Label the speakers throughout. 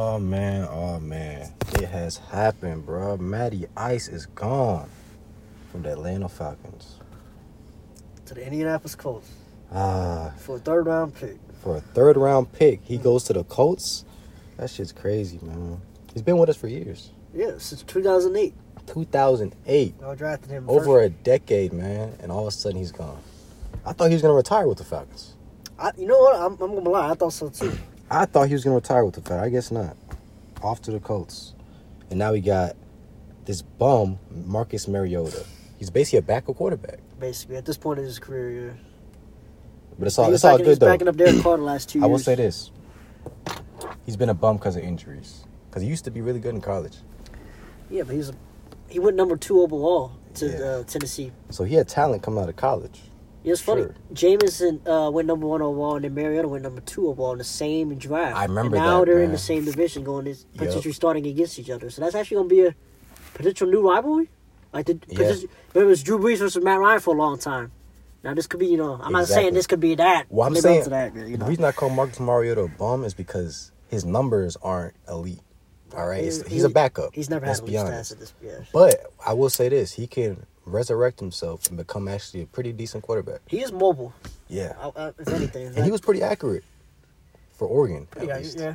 Speaker 1: Oh man, oh man. It has happened, bro. Matty Ice is gone from the Atlanta Falcons.
Speaker 2: to the Indianapolis Colts
Speaker 1: Ah,
Speaker 2: for a third round pick.
Speaker 1: for a third round pick, he goes to the Colts. That shit's crazy, man. He's been with us for years.
Speaker 2: Yeah, since 2008.
Speaker 1: 2008,
Speaker 2: I drafted him
Speaker 1: over
Speaker 2: first.
Speaker 1: a decade, man, and all of a sudden he's gone. I thought he was gonna retire with the Falcons.
Speaker 2: I, you know what? I'm, I'm gonna lie. I thought so too.
Speaker 1: I thought he was gonna retire with the Falcons. I guess not. Off to the Colts, and now we got this bum Marcus Mariota. He's basically a backup quarterback.
Speaker 2: Basically, at this point in his career, yeah.
Speaker 1: But it's all
Speaker 2: He was
Speaker 1: it's all
Speaker 2: backing- he was
Speaker 1: good though.
Speaker 2: Backing up Derek Carr the last two years.
Speaker 1: I will say this: he's been a bum because of injuries. Because he used to be really good in college,
Speaker 2: Yeah, but he's a, he went number two overall to
Speaker 1: Yeah.
Speaker 2: uh, Tennessee.
Speaker 1: so he had talent coming out of college.
Speaker 2: Yeah, it's funny.
Speaker 1: Sure.
Speaker 2: Jamison uh, went number one overall, and then Mariota went number two overall in the same draft.
Speaker 1: I remember
Speaker 2: And now
Speaker 1: that,
Speaker 2: they're in
Speaker 1: man.
Speaker 2: the same division, going this
Speaker 1: Yup.
Speaker 2: potentially starting against each other. So that's actually gonna be a potential new rivalry. Like the
Speaker 1: Yeah.
Speaker 2: potential- remember it was Drew Brees versus Matt Ryan for a long time. Now this could be, you know, I'm not
Speaker 1: Exactly.
Speaker 2: saying this could be that.
Speaker 1: Well, I'm
Speaker 2: Live up
Speaker 1: saying
Speaker 2: to that, you
Speaker 1: the
Speaker 2: know.
Speaker 1: reason I call Marcus Mariota a bum is because his numbers aren't elite. All right, he's, he's a
Speaker 2: he-
Speaker 1: backup.
Speaker 2: He's never
Speaker 1: Let's
Speaker 2: had
Speaker 1: be
Speaker 2: elite
Speaker 1: honest.
Speaker 2: stats at this. Yeah.
Speaker 1: But I will say this: he can resurrect himself and become actually a pretty decent quarterback.
Speaker 2: He is mobile.
Speaker 1: Yeah,
Speaker 2: I, I, if anything,
Speaker 1: and he was pretty accurate for Oregon. At
Speaker 2: yeah,
Speaker 1: least.
Speaker 2: yeah.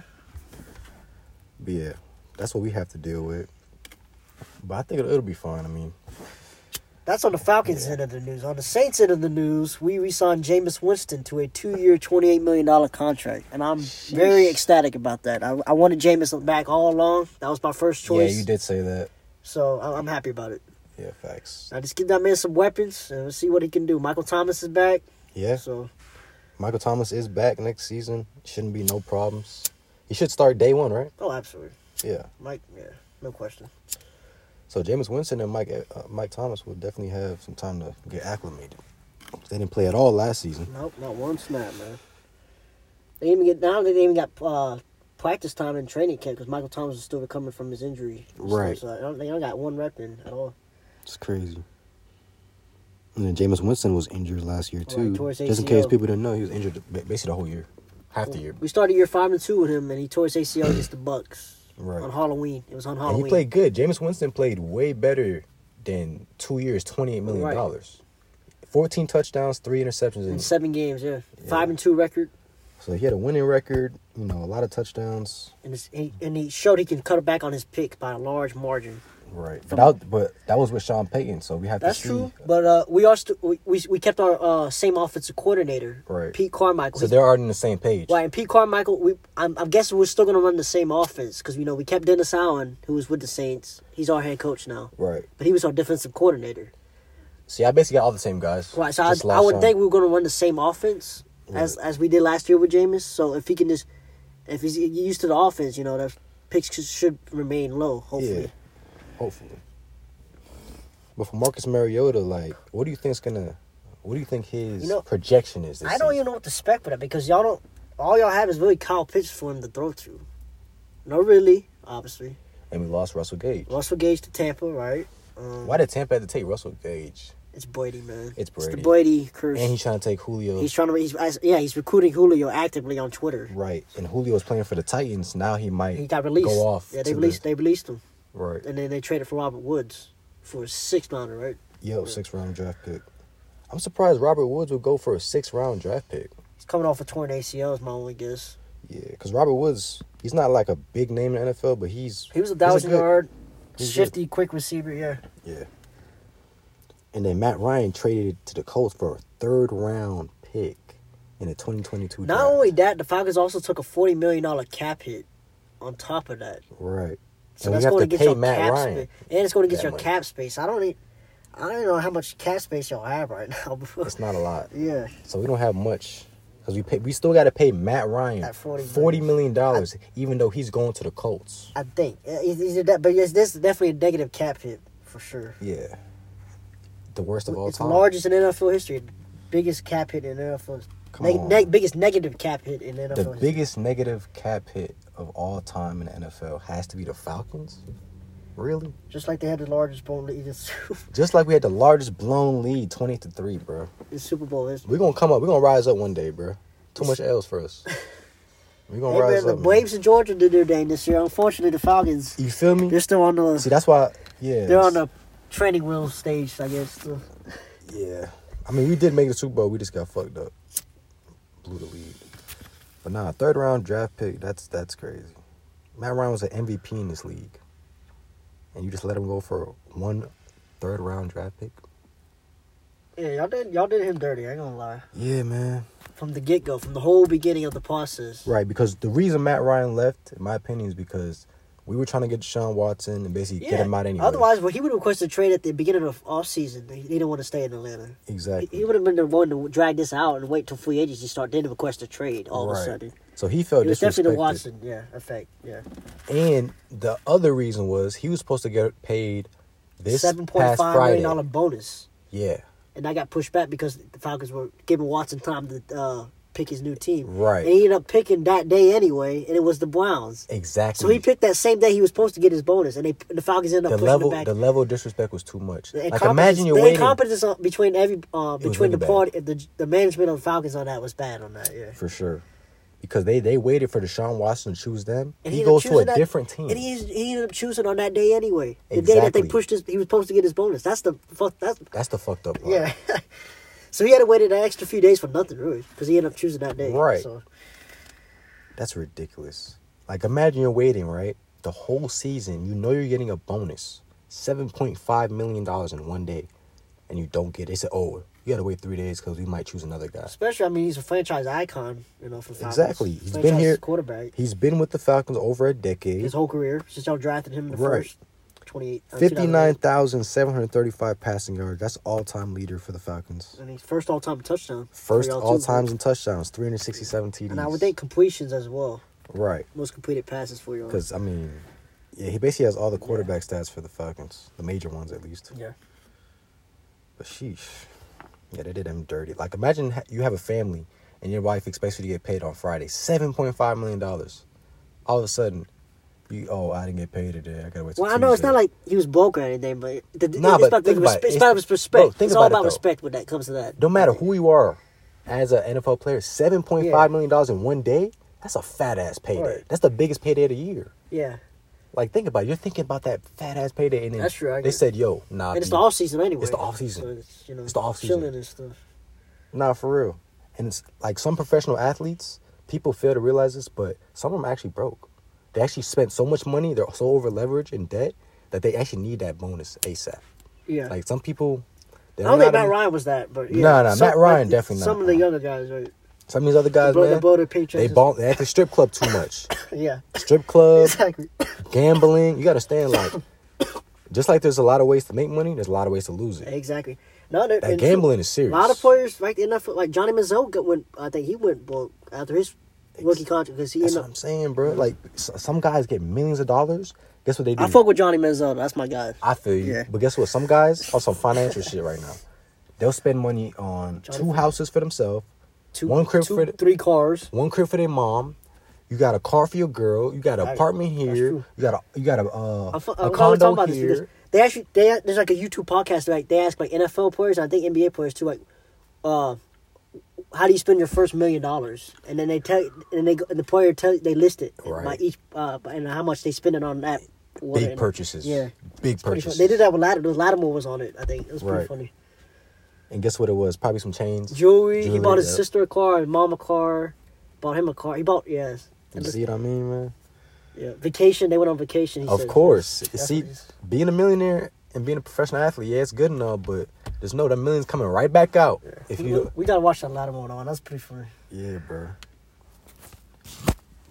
Speaker 1: But yeah, that's what we have to deal with. But I think it'll, it'll be fine. I mean,
Speaker 2: That's on the Falcons end of the news. On the Saints end of the news, we re-signed Jameis Winston to a two-year, twenty-eight million dollar contract, and I'm very ecstatic about that. I, I wanted Jameis back all along. That was my first choice.
Speaker 1: yeah, you did say that.
Speaker 2: So I- I'm happy about it.
Speaker 1: Yeah, facts.
Speaker 2: Now just give that man some weapons and let's see what he can do. Michael Thomas is back,
Speaker 1: Yeah,
Speaker 2: so
Speaker 1: Michael Thomas is back next season. Shouldn't be no problems. He should start day one, right?
Speaker 2: oh, absolutely,
Speaker 1: Yeah.
Speaker 2: Mike, yeah, no question.
Speaker 1: So Jameis Winston and Mike uh, Mike Thomas will definitely have some time to get acclimated. They didn't play at all last season.
Speaker 2: Nope, not one snap, man. They even get now. They even got uh, practice time in training camp because Michael Thomas is still recovering from his injury. and stuff,
Speaker 1: Right.
Speaker 2: So I don't, they don't got one rep in at all.
Speaker 1: It's crazy. And then Jameis Winston was injured last year too.
Speaker 2: Right, towards
Speaker 1: Just in case
Speaker 2: ACL.
Speaker 1: people didn't know, he was injured ba- basically the whole year, half the year.
Speaker 2: We started year five and two with him, and he tore his ACL against the Bucks
Speaker 1: Right.
Speaker 2: on Halloween. It was on
Speaker 1: And
Speaker 2: Halloween.
Speaker 1: he played good. Jameis Winston played way better than two years, twenty eight million dollars, fourteen touchdowns, three interceptions,
Speaker 2: in
Speaker 1: and
Speaker 2: seven games. Yeah,
Speaker 1: Yeah.
Speaker 2: five and two record,
Speaker 1: so he had a winning record. You know, a lot of touchdowns.
Speaker 2: and, it's, he, and he showed he can cut it back on his pick by a large margin.
Speaker 1: Right, but that, but that was with Sean Payton, so we have
Speaker 2: That's
Speaker 1: to see.
Speaker 2: true, but uh, we are st- we, we we kept our uh, same offensive coordinator,
Speaker 1: Right.
Speaker 2: Pete Carmichael.
Speaker 1: So
Speaker 2: He-
Speaker 1: they're already on the same page.
Speaker 2: Right, and Pete Carmichael, we I'm, I'm guessing we're still going to run the same offense because you know we kept Dennis Allen, who was with the Saints. He's our head coach now,
Speaker 1: Right.
Speaker 2: but he was our defensive coordinator.
Speaker 1: See, I basically got all the same guys.
Speaker 2: Right, so I,
Speaker 1: Just
Speaker 2: I
Speaker 1: lost
Speaker 2: would
Speaker 1: Sean.
Speaker 2: think we were going to run the same offense as as we did last year with Jameis. So if he can just, if he's used to the offense, you know, that picks should- should remain low. Hopefully,
Speaker 1: Yeah. Hopefully. But for Marcus Mariota, like, what do you think's gonna? What do you think his
Speaker 2: You know,
Speaker 1: projection is? This
Speaker 2: I don't
Speaker 1: season?
Speaker 2: even know what to expect for that because y'all don't. All y'all have is really Kyle Pitts for him to throw to. No, really, obviously.
Speaker 1: And we lost Russell Gage.
Speaker 2: Russell Gage to Tampa, right? Um,
Speaker 1: Why did Tampa have to take Russell Gage?
Speaker 2: It's Brady, man.
Speaker 1: It's
Speaker 2: the
Speaker 1: Brady.
Speaker 2: Brady curse.
Speaker 1: And he's trying to take Julio.
Speaker 2: he's trying to. He's as- yeah. He's recruiting Julio actively on Twitter.
Speaker 1: right, and Julio's playing for the Titans. Now he might.
Speaker 2: He got released.
Speaker 1: Go off.
Speaker 2: yeah, they
Speaker 1: to the-
Speaker 2: released. They released him.
Speaker 1: right.
Speaker 2: and then they traded for Robert Woods for a six rounder, right?
Speaker 1: Yo, six round draft pick. I'm surprised Robert Woods would go for a six round draft pick.
Speaker 2: He's coming off a torn ACL, is my only guess.
Speaker 1: Yeah, because Robert Woods, he's not like a big name in the NFL, but he's
Speaker 2: He was
Speaker 1: he's
Speaker 2: a
Speaker 1: good-
Speaker 2: thousand yard,
Speaker 1: he's good.
Speaker 2: shifty, quick receiver. Yeah,
Speaker 1: Yeah. And then Matt Ryan traded to the Colts for a third round pick in the 2022
Speaker 2: Not
Speaker 1: draft.
Speaker 2: only that, the Falcons also took a forty million dollar cap hit on top of that.
Speaker 1: right.
Speaker 2: So
Speaker 1: and we
Speaker 2: that's
Speaker 1: have
Speaker 2: going
Speaker 1: to
Speaker 2: to get
Speaker 1: pay
Speaker 2: your
Speaker 1: Matt
Speaker 2: cap
Speaker 1: Ryan.
Speaker 2: space, and it's going to get
Speaker 1: that
Speaker 2: your
Speaker 1: money.
Speaker 2: cap space. I don't, e- I don't even know how much cap space y'all have right now. bro.
Speaker 1: It's not a lot.
Speaker 2: yeah,
Speaker 1: So we don't have much because we pay, we still got to pay Matt Ryan
Speaker 2: At 40 million.
Speaker 1: $40 million, dollars, even though he's going to the Colts.
Speaker 2: I think Yeah, it's either that, but yes, this is definitely a negative cap hit for sure.
Speaker 1: Yeah. The worst of all
Speaker 2: It's the
Speaker 1: time.
Speaker 2: largest in NFL history, biggest cap hit in NFL.
Speaker 1: Come
Speaker 2: Neg-
Speaker 1: on.
Speaker 2: neg- biggest negative cap hit in
Speaker 1: the
Speaker 2: NFL. history.
Speaker 1: biggest negative cap hit of all time in the NFL has to be the Falcons. Really?
Speaker 2: Just like they had the largest bone lead in Super,
Speaker 1: Just like we had the largest blown lead, twenty to three, bro.
Speaker 2: in Super Bowl history.
Speaker 1: We're gonna come up. We're gonna rise up one day, bro. Too much L's for us. We're gonna
Speaker 2: Hey, man,
Speaker 1: rise
Speaker 2: the
Speaker 1: up. man.
Speaker 2: Braves and Georgia did their thing this year. Unfortunately, the Falcons
Speaker 1: You feel me?
Speaker 2: they're still on the
Speaker 1: See, that's why. Yeah.
Speaker 2: they're on the training wheel stage, I guess. The-
Speaker 1: Yeah. I mean, we did make the Super Bowl. We just got fucked up. Blew the lead. But nah, third round draft pick. That's that's crazy. Matt Ryan was an MVP in this league, and you just let him go for one third round draft pick.
Speaker 2: Yeah, y'all did y'all did him dirty. I ain't gonna lie.
Speaker 1: Yeah, man.
Speaker 2: From the get go, from the whole beginning of the process.
Speaker 1: Right, because the reason Matt Ryan left, in my opinion, is because we were trying to get Deshaun Watson and basically get him out anyway.
Speaker 2: Otherwise, well, he would have requested a trade at the beginning of offseason. They, they didn't want to stay in Atlanta. He,
Speaker 1: exactly.
Speaker 2: he would have been the one to drag this out and wait till free agency start, then request a trade all of
Speaker 1: Right.
Speaker 2: a sudden.
Speaker 1: so he felt
Speaker 2: it was definitely the
Speaker 1: disrespected.
Speaker 2: Watson, yeah, effect, yeah.
Speaker 1: And the other reason was he was supposed to get paid this
Speaker 2: Seven point
Speaker 1: past
Speaker 2: five million
Speaker 1: Friday.
Speaker 2: dollar bonus,
Speaker 1: Yeah,
Speaker 2: and I got pushed back because the Falcons were giving Watson time to uh, pick his new team.
Speaker 1: Right.
Speaker 2: and he ended up picking that day anyway, and it was the Browns.
Speaker 1: exactly.
Speaker 2: So he picked that same day he was supposed to get his bonus, and they the Falcons ended up
Speaker 1: the
Speaker 2: pushing
Speaker 1: level.
Speaker 2: him back.
Speaker 1: The level of disrespect was too much.
Speaker 2: The
Speaker 1: Like
Speaker 2: incompetence-
Speaker 1: imagine you're
Speaker 2: the
Speaker 1: waiting
Speaker 2: incompetence on- between every uh,
Speaker 1: was
Speaker 2: between
Speaker 1: really
Speaker 2: the
Speaker 1: bad.
Speaker 2: party, the the management of the Falcons on that was bad on that. Yeah,
Speaker 1: for sure, because they they waited for Deshaun Watson to choose them.
Speaker 2: And
Speaker 1: he
Speaker 2: ended up
Speaker 1: goes to a
Speaker 2: choosing that-
Speaker 1: different team.
Speaker 2: and he he ended up choosing on that day anyway. The day that they
Speaker 1: Exactly.
Speaker 2: pushed his, he was supposed to get his bonus. That's the fuck. That's
Speaker 1: That's the fucked up. Part.
Speaker 2: yeah. so he had to wait an extra few days for nothing really, because he ended up choosing that day.
Speaker 1: Right.
Speaker 2: So
Speaker 1: That's ridiculous. Like imagine you're waiting, right? The whole season, you know you're getting a bonus. Seven point five million dollars in one day. And you don't get it. They said, Oh, you gotta wait three days because we might choose another guy.
Speaker 2: especially, I mean, he's a franchise icon, you know, for the Falcons.
Speaker 1: Exactly. He's been
Speaker 2: Franchise
Speaker 1: here-
Speaker 2: quarterback
Speaker 1: He's been with the Falcons over a decade.
Speaker 2: his whole career since y'all drafted him in the
Speaker 1: Right.
Speaker 2: first twenty uh, eight
Speaker 1: Fifty nine thousand seven hundred thirty five passing yards. That's all time leader for the Falcons.
Speaker 2: and he's first all time touchdown. for
Speaker 1: First
Speaker 2: y'all, too.
Speaker 1: all times in touchdowns, three hundred sixty seven TDs.
Speaker 2: and I would think completions as well.
Speaker 1: right,
Speaker 2: most completed passes for you.
Speaker 1: because I mean, yeah, he basically has all the quarterback stats for the Falcons, the major ones at least.
Speaker 2: yeah,
Speaker 1: But sheesh. Yeah, they did him dirty. Like, imagine ha- you have a family and your wife expects you to get paid on Friday $7.5 million. All of a sudden, you, oh, I didn't get paid today. I gotta wait till
Speaker 2: well, I know it's
Speaker 1: Tuesday."
Speaker 2: not like he was broke or anything, but the,
Speaker 1: Nah,
Speaker 2: it's,
Speaker 1: but
Speaker 2: about the
Speaker 1: think about
Speaker 2: respe-
Speaker 1: it.
Speaker 2: it's about
Speaker 1: It's-
Speaker 2: the respect.
Speaker 1: bro, think
Speaker 2: it's
Speaker 1: about
Speaker 2: all
Speaker 1: it,
Speaker 2: about
Speaker 1: though.
Speaker 2: respect when that comes to that.
Speaker 1: No matter who you are as an NFL player, $7.5 million dollars in one day, that's a fat ass payday.
Speaker 2: Right.
Speaker 1: That's the biggest payday of the year.
Speaker 2: Yeah,
Speaker 1: Like, think about it. You're thinking about that fat ass payday, and then
Speaker 2: That's true, I
Speaker 1: they
Speaker 2: guess.
Speaker 1: said, yo, nah,
Speaker 2: and it's
Speaker 1: B.
Speaker 2: the off season anyway.
Speaker 1: It's the off season.
Speaker 2: So it's, you know,
Speaker 1: It's the off season.
Speaker 2: Chilling and stuff.
Speaker 1: Nah, for real. And it's like some professional athletes, people fail to realize this, but some of them actually broke. They actually spent so much money, they're so over leveraged in debt that they actually need that bonus ASAP.
Speaker 2: Yeah,
Speaker 1: Like some people, they
Speaker 2: I don't think
Speaker 1: know how
Speaker 2: Matt
Speaker 1: to-
Speaker 2: Ryan was that, but yeah.
Speaker 1: Nah, nah,
Speaker 2: Some-
Speaker 1: Matt Ryan
Speaker 2: like,
Speaker 1: definitely not.
Speaker 2: Some of the younger guys, right?
Speaker 1: Some of these other guys,
Speaker 2: blow- they
Speaker 1: man,
Speaker 2: blow their paychecks
Speaker 1: They
Speaker 2: and-
Speaker 1: ball, they at the strip club too much.
Speaker 2: yeah,
Speaker 1: strip club,
Speaker 2: exactly.
Speaker 1: gambling. You got to stand like, just like there's a lot of ways to make money, there's a lot of ways to lose it.
Speaker 2: exactly. No, they're-
Speaker 1: That
Speaker 2: and
Speaker 1: gambling is serious.
Speaker 2: A lot of players, right? Enough like Johnny Manziel got- went. I think he went broke after his rookie contract because he
Speaker 1: That's
Speaker 2: ended
Speaker 1: what
Speaker 2: up.
Speaker 1: I'm saying, bro. Like s- some guys get millions of dollars. Guess what they do?
Speaker 2: I fuck with Johnny Manziel. That's my guy.
Speaker 1: I feel you.
Speaker 2: Yeah.
Speaker 1: But guess what? Some guys on some financial shit right now. They'll spend money on two houses for themselves,
Speaker 2: Two,
Speaker 1: one crib
Speaker 2: two-
Speaker 1: for the,
Speaker 2: three cars.
Speaker 1: one crib for their mom. You got a car for your girl. You got an
Speaker 2: Right.
Speaker 1: apartment
Speaker 2: That's
Speaker 1: here. You
Speaker 2: true.
Speaker 1: got a you got a uh,
Speaker 2: I fu- I
Speaker 1: a
Speaker 2: was always
Speaker 1: condo
Speaker 2: talking about this because
Speaker 1: here.
Speaker 2: they actually they there's like a YouTube podcast like they ask like NFL players and I think NBA players too like, uh, how do you spend your first million dollars? And then they tell and they go, and the player tell they list it by
Speaker 1: Right.
Speaker 2: each uh and how much they spend it on that. one.
Speaker 1: Big purchases.
Speaker 2: Yeah,
Speaker 1: Big
Speaker 2: Pretty fun.
Speaker 1: purchases.
Speaker 2: They did that with Lattimore. Lattimore was on it. I think it was pretty
Speaker 1: Right.
Speaker 2: funny.
Speaker 1: And guess what it was? Probably some chains.
Speaker 2: Jewelry. He bought his
Speaker 1: yeah.
Speaker 2: sister a car, his mom a car, bought him a car. He bought yes.
Speaker 1: You see what I mean, man?
Speaker 2: Yeah. Vacation. They went on vacation. He
Speaker 1: Of
Speaker 2: said.
Speaker 1: course.
Speaker 2: That's
Speaker 1: see,
Speaker 2: what he's-
Speaker 1: being a millionaire and being a professional athlete, yeah, it's good and all, but just know that millions coming right back out if
Speaker 2: We,
Speaker 1: you don't.
Speaker 2: we gotta watch that Lattimore one. That's pretty funny.
Speaker 1: Yeah, bro.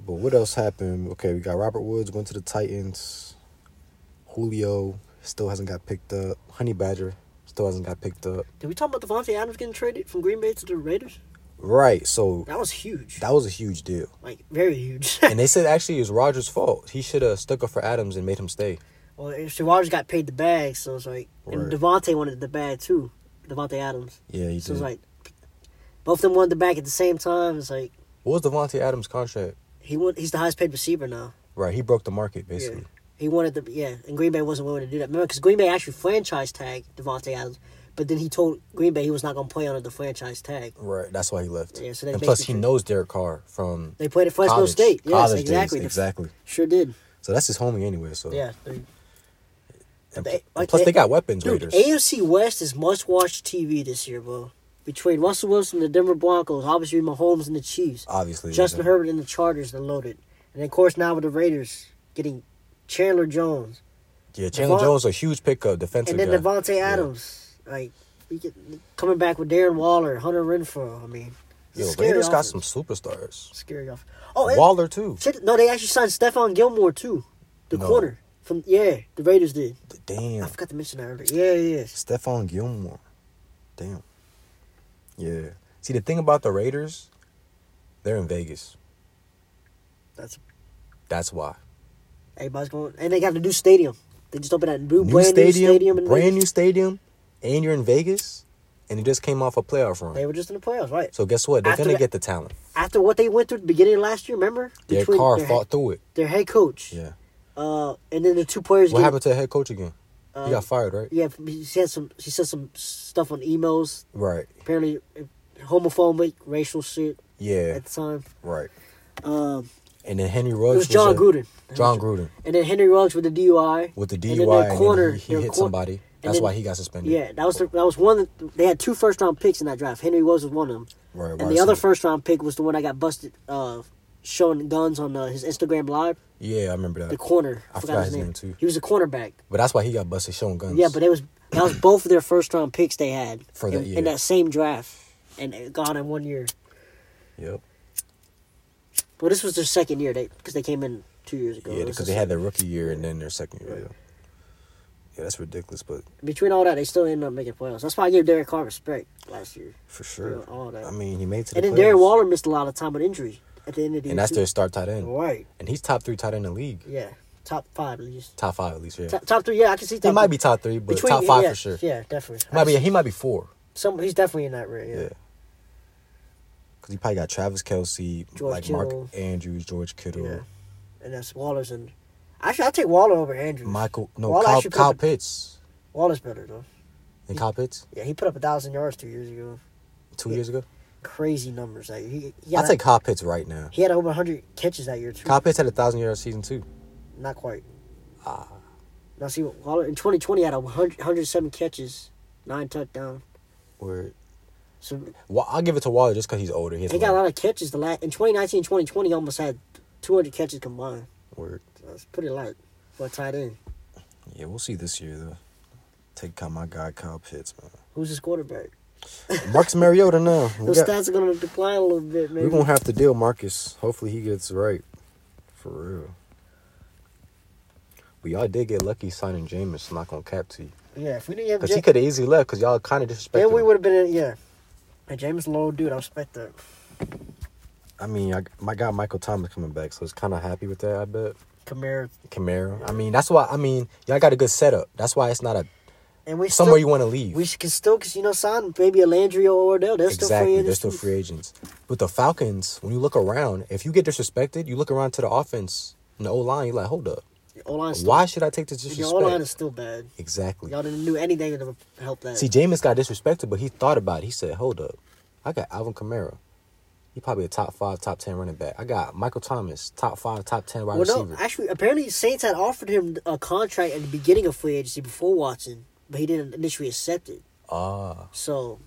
Speaker 1: But what else happened? Okay, we got Robert Woods went to the Titans. Julio still hasn't got picked up. Honey Badger still hasn't got picked up.
Speaker 2: Did we talk about Devontae Adams getting traded from Green Bay to the Raiders?
Speaker 1: Right, so
Speaker 2: That was huge.
Speaker 1: that was a huge deal.
Speaker 2: like very huge.
Speaker 1: And they said actually it was Rogers' fault. He should have stuck up for Adams and made him stay.
Speaker 2: well, and Shawaj got paid the bag, so it's like and
Speaker 1: Right.
Speaker 2: Devontae wanted the bag too. Devontae Adams.
Speaker 1: Yeah, he
Speaker 2: So
Speaker 1: did.
Speaker 2: it's like both of them wanted the bag at the same time. It's like
Speaker 1: What was Devontae Adams' contract?
Speaker 2: he won, he's the highest paid receiver now.
Speaker 1: Right, he broke the market
Speaker 2: Yeah.
Speaker 1: basically.
Speaker 2: He wanted the yeah, and Green Bay wasn't willing to do that. Remember, because Green Bay actually franchise tagged Devontae Adams But then he told Green Bay he was not going to play under the franchise tag.
Speaker 1: Right. That's why he left.
Speaker 2: Yeah, so they
Speaker 1: and plus, he
Speaker 2: basically-
Speaker 1: knows Derek Carr from
Speaker 2: They played at Fresno
Speaker 1: college-
Speaker 2: State. Yes,
Speaker 1: college days.
Speaker 2: exactly. The-
Speaker 1: Exactly.
Speaker 2: Sure did.
Speaker 1: So that's his homie anyway. So
Speaker 2: Yeah. they-
Speaker 1: And,
Speaker 2: They-
Speaker 1: pl-
Speaker 2: like,
Speaker 1: plus,
Speaker 2: they-
Speaker 1: they got weapons.
Speaker 2: Dude,
Speaker 1: Raiders.
Speaker 2: AFC West is must watch TV this year, bro. Between Russell Wilson and the Denver Broncos, obviously Mahomes and the Chiefs,
Speaker 1: obviously.
Speaker 2: Justin
Speaker 1: Oh, yeah.
Speaker 2: Herbert and the Chargers, they're loaded. And then, of course, now with the Raiders getting Chandler Jones
Speaker 1: Yeah, Chandler
Speaker 2: Devon-
Speaker 1: Jones a huge pickup, defensive
Speaker 2: and then
Speaker 1: guy.
Speaker 2: Devontae
Speaker 1: Yeah.
Speaker 2: Adams. Like, we get, coming back with Darren Waller, Hunter Renfro. I mean,
Speaker 1: Yo,
Speaker 2: scary
Speaker 1: Raiders got
Speaker 2: offense.
Speaker 1: some superstars.
Speaker 2: Scary off. Oh, and-
Speaker 1: Waller too.
Speaker 2: Shit, no, they actually signed Stephon Gilmore too, the
Speaker 1: No.
Speaker 2: corner from yeah, the Raiders did. I
Speaker 1: Damn,
Speaker 2: forgot to mention that earlier. Yeah, yeah, yeah.
Speaker 1: Stephon Gilmore. Damn. Yeah. See, the thing about the Raiders, they're in Vegas.
Speaker 2: That's
Speaker 1: That's why.
Speaker 2: everybody's going, and they got a new stadium. They just opened that new,
Speaker 1: New
Speaker 2: brand
Speaker 1: stadium,
Speaker 2: new stadium. In
Speaker 1: brand
Speaker 2: Vegas.
Speaker 1: new stadium, and you're in Vegas, and you just came off a playoff run.
Speaker 2: They were just in the playoffs, right?
Speaker 1: so guess what? They're
Speaker 2: After
Speaker 1: gonna
Speaker 2: that-
Speaker 1: get the talent.
Speaker 2: After what they went through at the beginning of last year, remember?
Speaker 1: Their
Speaker 2: Between
Speaker 1: car
Speaker 2: their,
Speaker 1: fought through it.
Speaker 2: Their head coach.
Speaker 1: Yeah.
Speaker 2: Uh, and then the two players.
Speaker 1: What
Speaker 2: get-
Speaker 1: happened to the head coach again?
Speaker 2: Uh,
Speaker 1: he got fired, right?
Speaker 2: Yeah, he said some. She said some stuff on emails.
Speaker 1: Right.
Speaker 2: Apparently, uh, homophobic, racial shit
Speaker 1: Yeah.
Speaker 2: at the time.
Speaker 1: Right.
Speaker 2: Um,
Speaker 1: And then Henry
Speaker 2: it
Speaker 1: Ruggs
Speaker 2: was John
Speaker 1: a-
Speaker 2: Gruden.
Speaker 1: John Gruden
Speaker 2: And then Henry Ruggs with the DUI.
Speaker 1: with the
Speaker 2: then
Speaker 1: DUI
Speaker 2: their
Speaker 1: and then
Speaker 2: corner-
Speaker 1: he, he
Speaker 2: their
Speaker 1: hit
Speaker 2: cor-
Speaker 1: somebody. That's
Speaker 2: then-
Speaker 1: why he got suspended.
Speaker 2: Yeah, that was the, that was one. Of the, they had two first round picks in that draft. Henry Ruggs was one of them,
Speaker 1: Right,
Speaker 2: and
Speaker 1: wide
Speaker 2: the other
Speaker 1: receiver.
Speaker 2: first round pick was the one I got busted uh, showing guns on uh, his Instagram live.
Speaker 1: Yeah, I remember that.
Speaker 2: The corner,
Speaker 1: I forgot his name, too.
Speaker 2: He was a cornerback.
Speaker 1: but that's why he got busted showing guns.
Speaker 2: Yeah, but it was that was both of their first round picks they had
Speaker 1: For
Speaker 2: in,
Speaker 1: that year.
Speaker 2: in that same draft, and it gone in one year.
Speaker 1: yep.
Speaker 2: Well, this was their second year they because they came in two years ago.
Speaker 1: Yeah,
Speaker 2: It was
Speaker 1: because
Speaker 2: the
Speaker 1: they had
Speaker 2: second-
Speaker 1: their rookie year and then their second year. Yeah. yeah, that's ridiculous, but
Speaker 2: between all that they still ended up making playoffs. That's why I gave Derek Carr respect last year.
Speaker 1: for sure.
Speaker 2: Yeah, all that.
Speaker 1: I mean, he made it to the
Speaker 2: And then
Speaker 1: playoffs.
Speaker 2: Darren Waller missed a lot of time with injury at the end of the year.
Speaker 1: and that's
Speaker 2: too.
Speaker 1: their star tight end.
Speaker 2: right.
Speaker 1: And he's top three tight end in the league.
Speaker 2: Yeah, top five at least.
Speaker 1: Top five at least. Yeah,
Speaker 2: Top, top three, yeah, I can see. Top
Speaker 1: he might
Speaker 2: three.
Speaker 1: be top three, but
Speaker 2: Between-
Speaker 1: top five
Speaker 2: yeah,
Speaker 1: for sure.
Speaker 2: Yeah, definitely.
Speaker 1: Might be. He might be four.
Speaker 2: Some, he's definitely in that ring.
Speaker 1: Yeah.
Speaker 2: Yeah.
Speaker 1: Cause he probably got Travis Kelsey,
Speaker 2: George
Speaker 1: like
Speaker 2: Kittle.
Speaker 1: Mark Andrews, George Kittle,
Speaker 2: Yeah. and that's Waller's and actually I'll take Waller over Andrews.
Speaker 1: Michael, no,
Speaker 2: Waller
Speaker 1: Kyle,
Speaker 2: actually put
Speaker 1: Kyle
Speaker 2: the-
Speaker 1: Pitts.
Speaker 2: Waller's better though.
Speaker 1: And Kyle Pitts
Speaker 2: Yeah, he put up a thousand yards two years ago.
Speaker 1: two
Speaker 2: Yeah.
Speaker 1: years ago.
Speaker 2: Crazy numbers. Like he, he
Speaker 1: I'll
Speaker 2: had-
Speaker 1: take Kyle Pitts right now.
Speaker 2: He had over hundred catches that year too.
Speaker 1: Kyle Pitts had a thousand yard season too.
Speaker 2: Not quite. Ah. Now see what Waller in 2020 had a 100, 107 catches, nine touchdown.
Speaker 1: Where
Speaker 2: So
Speaker 1: well, I'll give it to Waller just because he's older. He has
Speaker 2: he got a
Speaker 1: more-
Speaker 2: lot of catches. The last in 2019 and 2020 he almost had 200 catches combined.
Speaker 1: Word.
Speaker 2: So that's pretty light for a tight end.
Speaker 1: Yeah, we'll see this year though. Take out my guy Kyle Pitts, man.
Speaker 2: Who's his quarterback?
Speaker 1: Marcus Mariota now. We
Speaker 2: Those
Speaker 1: got,
Speaker 2: stats are gonna decline a little bit,
Speaker 1: we're
Speaker 2: maybe.
Speaker 1: gonna have to deal Marcus. Hopefully he gets right. For real. But y'all did get lucky signing Jameis, not gonna cap to you.
Speaker 2: yeah, if we didn't have
Speaker 1: Because he
Speaker 2: James,
Speaker 1: could have easily left because y'all kind of disrespected
Speaker 2: then we
Speaker 1: him.
Speaker 2: would have been in. Yeah, and James Lowe, dude, I respect that.
Speaker 1: I mean, I, my guy Michael Thomas coming back, so it's kind of happy with that, I bet.
Speaker 2: Kamara,
Speaker 1: Camaro. I mean, that's why, I mean, y'all got a good setup. That's why it's not a
Speaker 2: and we
Speaker 1: somewhere
Speaker 2: still,
Speaker 1: you want to leave.
Speaker 2: we sh- can still, cause you know, sign maybe a Landry or Odell. They're still free
Speaker 1: exactly. They're
Speaker 2: agents,
Speaker 1: still
Speaker 2: too.
Speaker 1: free agents. But the Falcons, when you look around, if you get disrespected, you look around to the offense and the O line, you're like, hold up.
Speaker 2: Your O-line's still-
Speaker 1: Why should I take this
Speaker 2: and Your O line
Speaker 1: disrespect?
Speaker 2: is still bad.
Speaker 1: Exactly.
Speaker 2: Y'all didn't do anything to help that.
Speaker 1: See, Jameis got disrespected, but he thought about it. He said, hold up. I got Alvin Kamara. He probably a top five, top ten running back. I got Michael Thomas, top five, top ten wide
Speaker 2: well, no,
Speaker 1: receiver.
Speaker 2: actually, apparently Saints had offered him a contract at the beginning of free agency before Watson, but he didn't initially accept it.
Speaker 1: Ah,
Speaker 2: So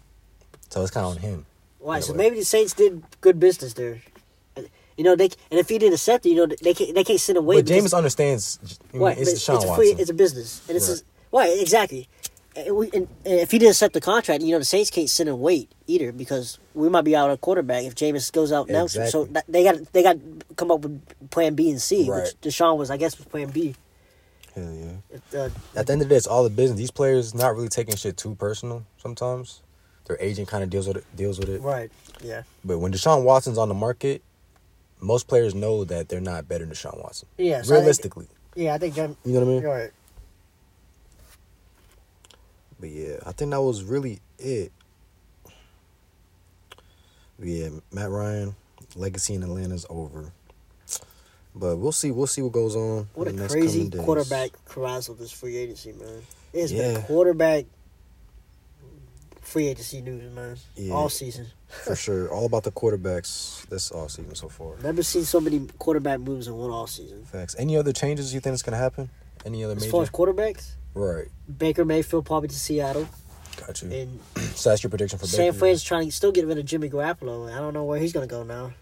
Speaker 1: so it's kind of on him.
Speaker 2: Right, so
Speaker 1: Anyway.
Speaker 2: maybe the Saints did good business there. You know, they and if he didn't accept it, you know, they can't they can't send him away.
Speaker 1: But
Speaker 2: because-
Speaker 1: Jameis understands. I mean,
Speaker 2: right,
Speaker 1: it's
Speaker 2: but
Speaker 1: Deshaun
Speaker 2: a
Speaker 1: Watson.
Speaker 2: it's a business, and it's
Speaker 1: Right.
Speaker 2: a, right, exactly. And, we, and, and if he didn't accept the contract, you know, the Saints can't send him wait either because we might be out of quarterback if Jameis goes out now. So- So
Speaker 1: Exactly.
Speaker 2: that, they got they got to come up with Plan B and C,
Speaker 1: Right.
Speaker 2: which Deshaun was, I guess, was Plan B.
Speaker 1: Hell yeah.
Speaker 2: If, uh,
Speaker 1: At the end of the day, it's all the business. These players not really taking shit too personal sometimes. Their agent kind of deals with it, deals with it.
Speaker 2: right, yeah,
Speaker 1: But when Deshaun Watson's on the market, most players know that they're not better than Deshaun Watson.
Speaker 2: Yeah, so I think-
Speaker 1: Realistically,
Speaker 2: yeah, I think Jam-
Speaker 1: you know what I mean.
Speaker 2: you're right.
Speaker 1: But yeah, I think that was really it. But yeah, Matt Ryan legacy in Atlanta's over. But we'll see. We'll see what goes on.
Speaker 2: What a
Speaker 1: in the next
Speaker 2: crazy
Speaker 1: coming days.
Speaker 2: quarterback carousel this free agency, man. It's been
Speaker 1: Yeah.
Speaker 2: quarterback free agency news, man.
Speaker 1: Yeah.
Speaker 2: All season.
Speaker 1: for sure. All about the quarterbacks this offseason so far.
Speaker 2: Never seen so many quarterback moves in one all season.
Speaker 1: Facts. Any other changes you think is gonna happen? Any other
Speaker 2: As
Speaker 1: major?
Speaker 2: far as quarterbacks,
Speaker 1: right.
Speaker 2: Baker Mayfield probably to Seattle,
Speaker 1: Got you.
Speaker 2: and
Speaker 1: so that's your prediction Mm. for
Speaker 2: San
Speaker 1: Baker.
Speaker 2: Fran's trying to still get rid of Jimmy Garoppolo. and I don't know where he's gonna go now.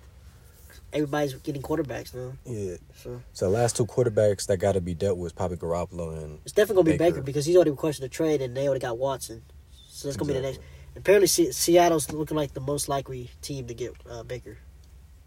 Speaker 2: Everybody's getting quarterbacks now,
Speaker 1: Yeah.
Speaker 2: so
Speaker 1: So the last two quarterbacks that got to be dealt with is probably Garoppolo and
Speaker 2: it's definitely gonna be Baker,
Speaker 1: Baker.
Speaker 2: because he's already requested a trade, and they already got Watson. So that's gonna be the
Speaker 1: Exactly.
Speaker 2: next. Apparently, Se- Seattle's looking like the most likely team to get uh, Baker.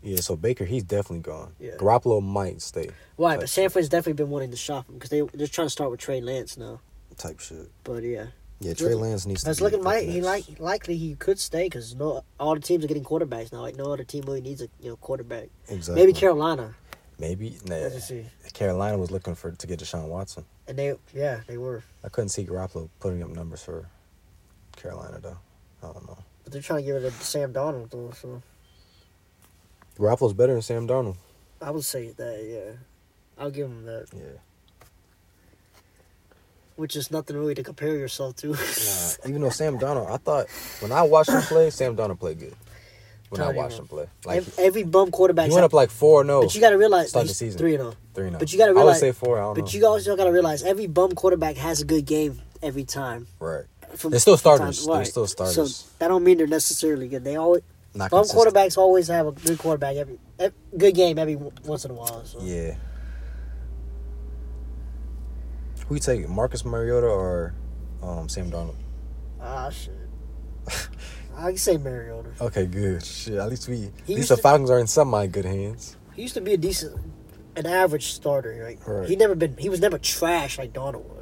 Speaker 1: yeah. So Baker, he's definitely gone.
Speaker 2: Yeah.
Speaker 1: Garoppolo might stay.
Speaker 2: Right, but San Fran's definitely been wanting to shop him because they they're trying to start with Trey Lance now.
Speaker 1: Type shit.
Speaker 2: But yeah,
Speaker 1: Yeah. Trey Lance needs. to
Speaker 2: that's
Speaker 1: be
Speaker 2: looking like he like
Speaker 1: recognized.
Speaker 2: likely he could stay because no all the teams are getting quarterbacks now. Like no other team really needs a you know quarterback.
Speaker 1: Exactly.
Speaker 2: Maybe Carolina.
Speaker 1: Maybe nah.
Speaker 2: Let's just see.
Speaker 1: Carolina was looking for to get Deshaun Watson.
Speaker 2: And they yeah they were,
Speaker 1: I couldn't see Garoppolo putting up numbers for Carolina though. I don't know.
Speaker 2: but they're trying to get rid of Sam Donald though. So
Speaker 1: Garoppolo's better than Sam Darnold.
Speaker 2: I would say that yeah, I'll give him that.
Speaker 1: Yeah.
Speaker 2: Which is nothing really to compare yourself to.
Speaker 1: Nah, even though Sam Donald, I thought when I watched him play, Sam Donald played good. When I
Speaker 2: Tell you
Speaker 1: watched
Speaker 2: what.
Speaker 1: him play, like
Speaker 2: Ev- every bum quarterback.
Speaker 1: he went up like four no.
Speaker 2: but you got to realize
Speaker 1: start the
Speaker 2: he's
Speaker 1: season.
Speaker 2: three and all.
Speaker 1: three no.
Speaker 2: But you gotta
Speaker 1: I would
Speaker 2: realize-
Speaker 1: say four. I don't know.
Speaker 2: But you also got to realize every bum quarterback has a good game every time.
Speaker 1: right.
Speaker 2: From
Speaker 1: They're still
Speaker 2: from
Speaker 1: starters. They're still starters.
Speaker 2: So that don't mean they're necessarily good. They always
Speaker 1: Not
Speaker 2: bum
Speaker 1: consistent.
Speaker 2: quarterbacks always have a good quarterback every, ev good game every w- once in a while. So.
Speaker 1: Yeah. Who you taking, Marcus Mariota or um, Sam Donald?
Speaker 2: Ah shit. I can say Mariota.
Speaker 1: Okay, good. Shit, at least we, at least
Speaker 2: used
Speaker 1: the
Speaker 2: to-
Speaker 1: Falcons are in semi good hands.
Speaker 2: He used to be a decent, an average starter. Right?
Speaker 1: Right.
Speaker 2: He never been. He was never trash like Donald was.